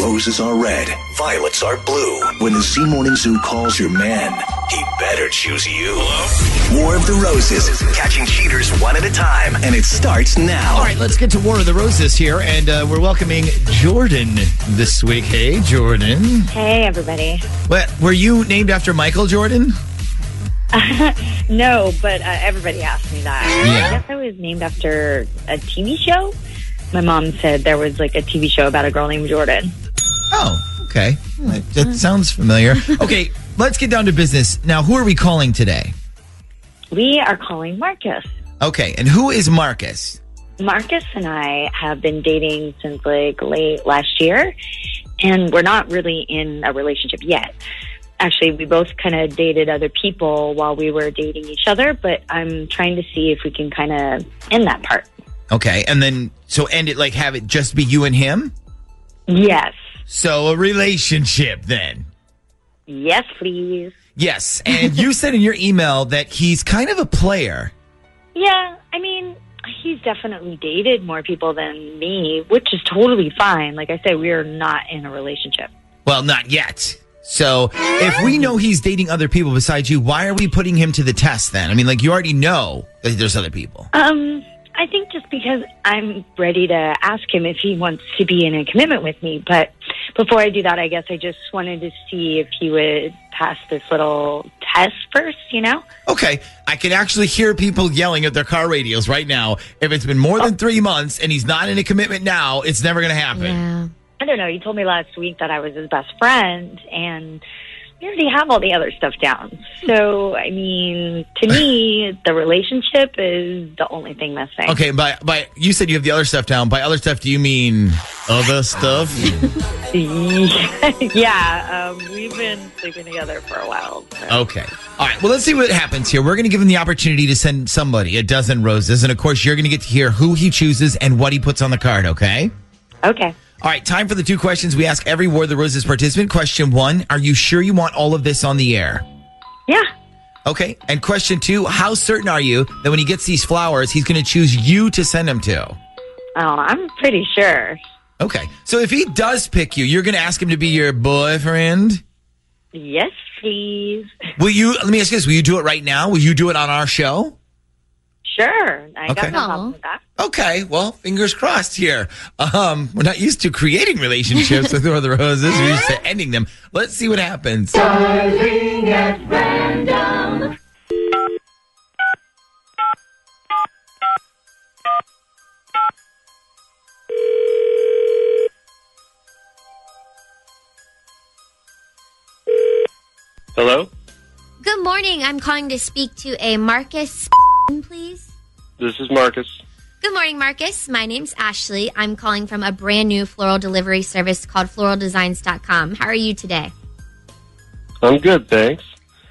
Roses are red, violets are blue. When the Z Morning Zoo calls your man, he better choose you. War of the Roses, catching cheaters one at a time, and it starts now. All right, let's get to War of the Roses here, and uh, we're welcoming Jordan this week. Hey, Jordan. Hey, everybody. What, were you named after Michael Jordan? No, but uh, everybody asked me that. Yeah. I guess I was named after a TV show. My mom said there was like a TV show about a girl named Jordan. Oh, okay. Well, That, that sounds familiar. Okay, let's get down to business. Now, who are we calling today? We are calling Marcus. Okay, and who is Marcus? Marcus and I have been dating since like late last year, and we're not really in a relationship yet. Actually, we both kind of dated other people while we were dating each other, but I'm trying to see if we can kind of end that part. Okay, and then so end it like have it just be you and him. Yes. So a relationship then. Yes, please. Yes, and you said in your email that he's kind of a player. Yeah, I mean, he's definitely dated more people than me, which is totally fine. Like I said, we are not in a relationship. Well, not yet. So if we know he's dating other people besides you, why are we putting him to the test then? I mean, like you already know that there's other people. Um, I think just because I'm ready to ask him if he wants to be in a commitment with me, but before I do that, I guess I just wanted to see if he would pass this little test first, you know? Okay, I can actually hear people yelling at their car radios right now. If it's been more than three months and he's not in a commitment now, it's never going to happen. Yeah. I don't know. You told me last week that I was his best friend, and we already have all the other stuff down. So, I mean, to me, the relationship is the only thing missing. Okay, by by you said you have the other stuff down. By other stuff, do you mean other stuff? yeah, um, we've been sleeping together for a while. so. Okay. All right. Well, let's see what happens here. We're going to give him the opportunity to send somebody a dozen roses, and of course, you're going to get to hear who he chooses and what he puts on the card. Okay. Okay. All right, time for the two questions we ask every War of the Roses participant. Question one Are you sure you want all of this on the air? Yeah. Okay. And question two How certain are you that when he gets these flowers, he's going to choose you to send them to? Oh, I'm pretty sure. Okay. So if he does pick you, you're going to ask him to be your boyfriend? Yes, please. Will you, let me ask you this, will you do it right now? Will you do it on our show? Sure. I Okay. got no Aw. problem with that. Okay, well, fingers crossed here. Um, we're not used to creating relationships with War of the Roses. We're used to ending them. Let's see what happens. Hello, Good morning. I'm calling to speak to a Marcus, please. this is Marcus. Good morning, Marcus. My name's Ashley. I'm calling from a brand new floral delivery service called floraldesigns.com. How are you today? I'm good, thanks.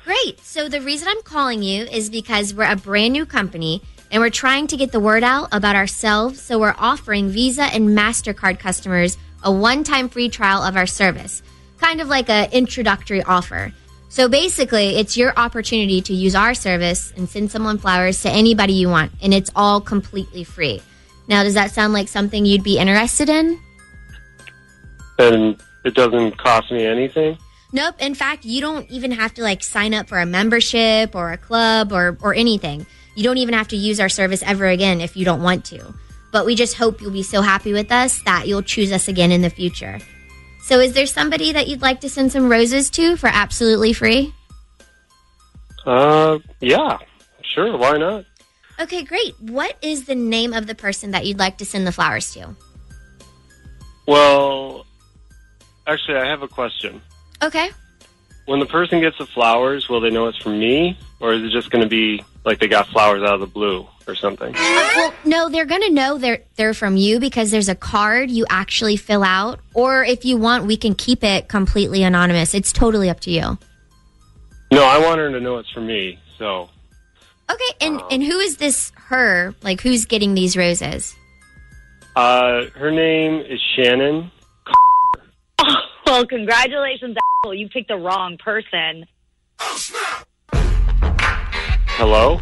Great. So, the reason I'm calling you is because we're a brand new company and we're trying to get the word out about ourselves. So, we're offering Visa and MasterCard customers a one time free trial of our service, kind of like an introductory offer. So, basically, it's your opportunity to use our service and send someone flowers to anybody you want, and it's all completely free. Now, does that sound like something you'd be interested in? And it doesn't cost me anything. Nope. In fact, you don't even have to like sign up for a membership or a club or, or anything. You don't even have to use our service ever again if you don't want to. But we just hope you'll be so happy with us that you'll choose us again in the future. So, is there somebody that you'd like to send some roses to for absolutely free? Uh, yeah, sure, why not? Okay, great. What is the name of the person that you'd like to send the flowers to? Well, actually, I have a question. Okay. When the person gets the flowers, will they know it's from me, Or is it just going to be like they got flowers out of the blue or something? Well, no, they're going to know they're they're from you because there's a card you actually fill out or if you want we can keep it completely anonymous. It's totally up to you. No, I want her to know it's for me. So Okay, and and who is this her? Like who's getting these roses? uh, her name is Shannon. Well, congratulations, asshole. You picked the wrong person. Hello?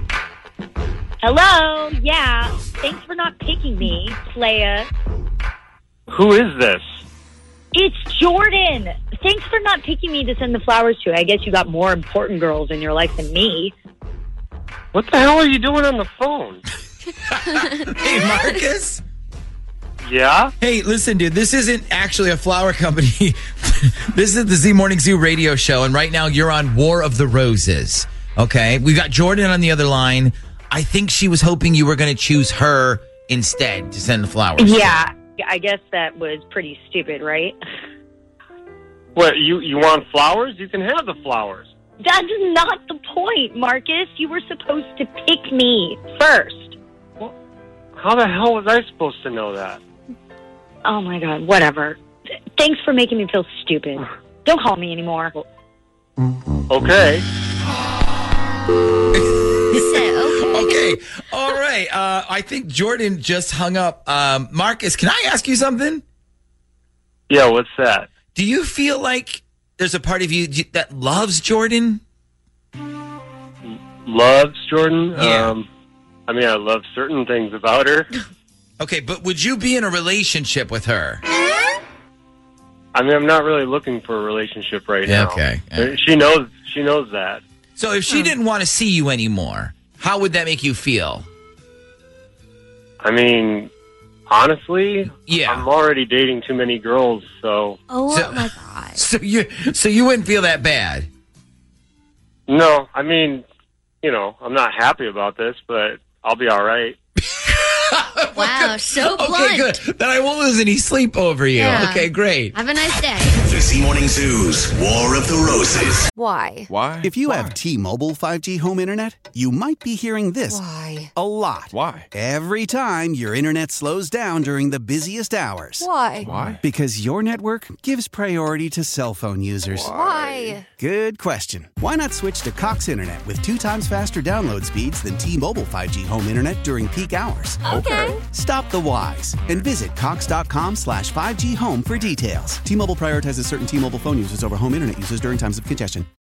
Hello. Yeah. Thanks for not picking me, Leia. Who is this? It's Jordan. Thanks for not picking me to send the flowers to. I guess you got more important girls in your life than me. What the hell are you doing on the phone? Hey, Marcus. Yeah? Hey, listen, dude, this isn't actually a flower company. this is the Z Morning Zoo radio show, and right now you're on War of the Roses. Okay. We got Jordan on the other line. I think she was hoping you were going to choose her instead to send the flowers. Yeah. I guess that was pretty stupid, right? What, you, you want flowers? You can have the flowers. That's not the point, Marcus. You were supposed to pick me first. How the hell was I supposed to know that? Oh my god, whatever. Th- Thanks for making me feel stupid. Don't call me anymore. Okay. So, Okay. All right. Uh, I think Jordan just hung up. Um, Marcus, can I ask you something? Yeah, what's that? Do you feel like there's a part of you that loves Jordan? Loves Jordan? Yeah. Um, I mean, I love certain things about her. Okay, but would you be in a relationship with her? I mean, I'm not really looking for a relationship right Yeah, now. okay. Uh, She knows. She knows that. So if she didn't want to see you anymore, how would that make you feel? I mean, honestly, Yeah. I'm already dating too many girls, so oh So- my god. So you so you wouldn't feel that bad. no. I mean, you know, I'm not happy about this, but I'll be all right. Wow, so blunt. Okay, good. Then I won't lose any sleep over you. Yeah. Okay, great. Have a nice day. The Z Morning Zoo's War of the Roses. Why? Why? If you Why? have T-Mobile 5G home internet, you might be hearing this Why? a lot. Why? Every time your internet slows down during the busiest hours. Why? Why? Because your network gives priority to cell phone users. Why? Good question. Why not switch to Cox Internet with two times faster download speeds than T-Mobile 5G home internet during peak hours? Okay. Stop the whys and visit cox.com slash 5G home for details. T-Mobile prioritizes certain T-Mobile phone users over home internet users during times of congestion.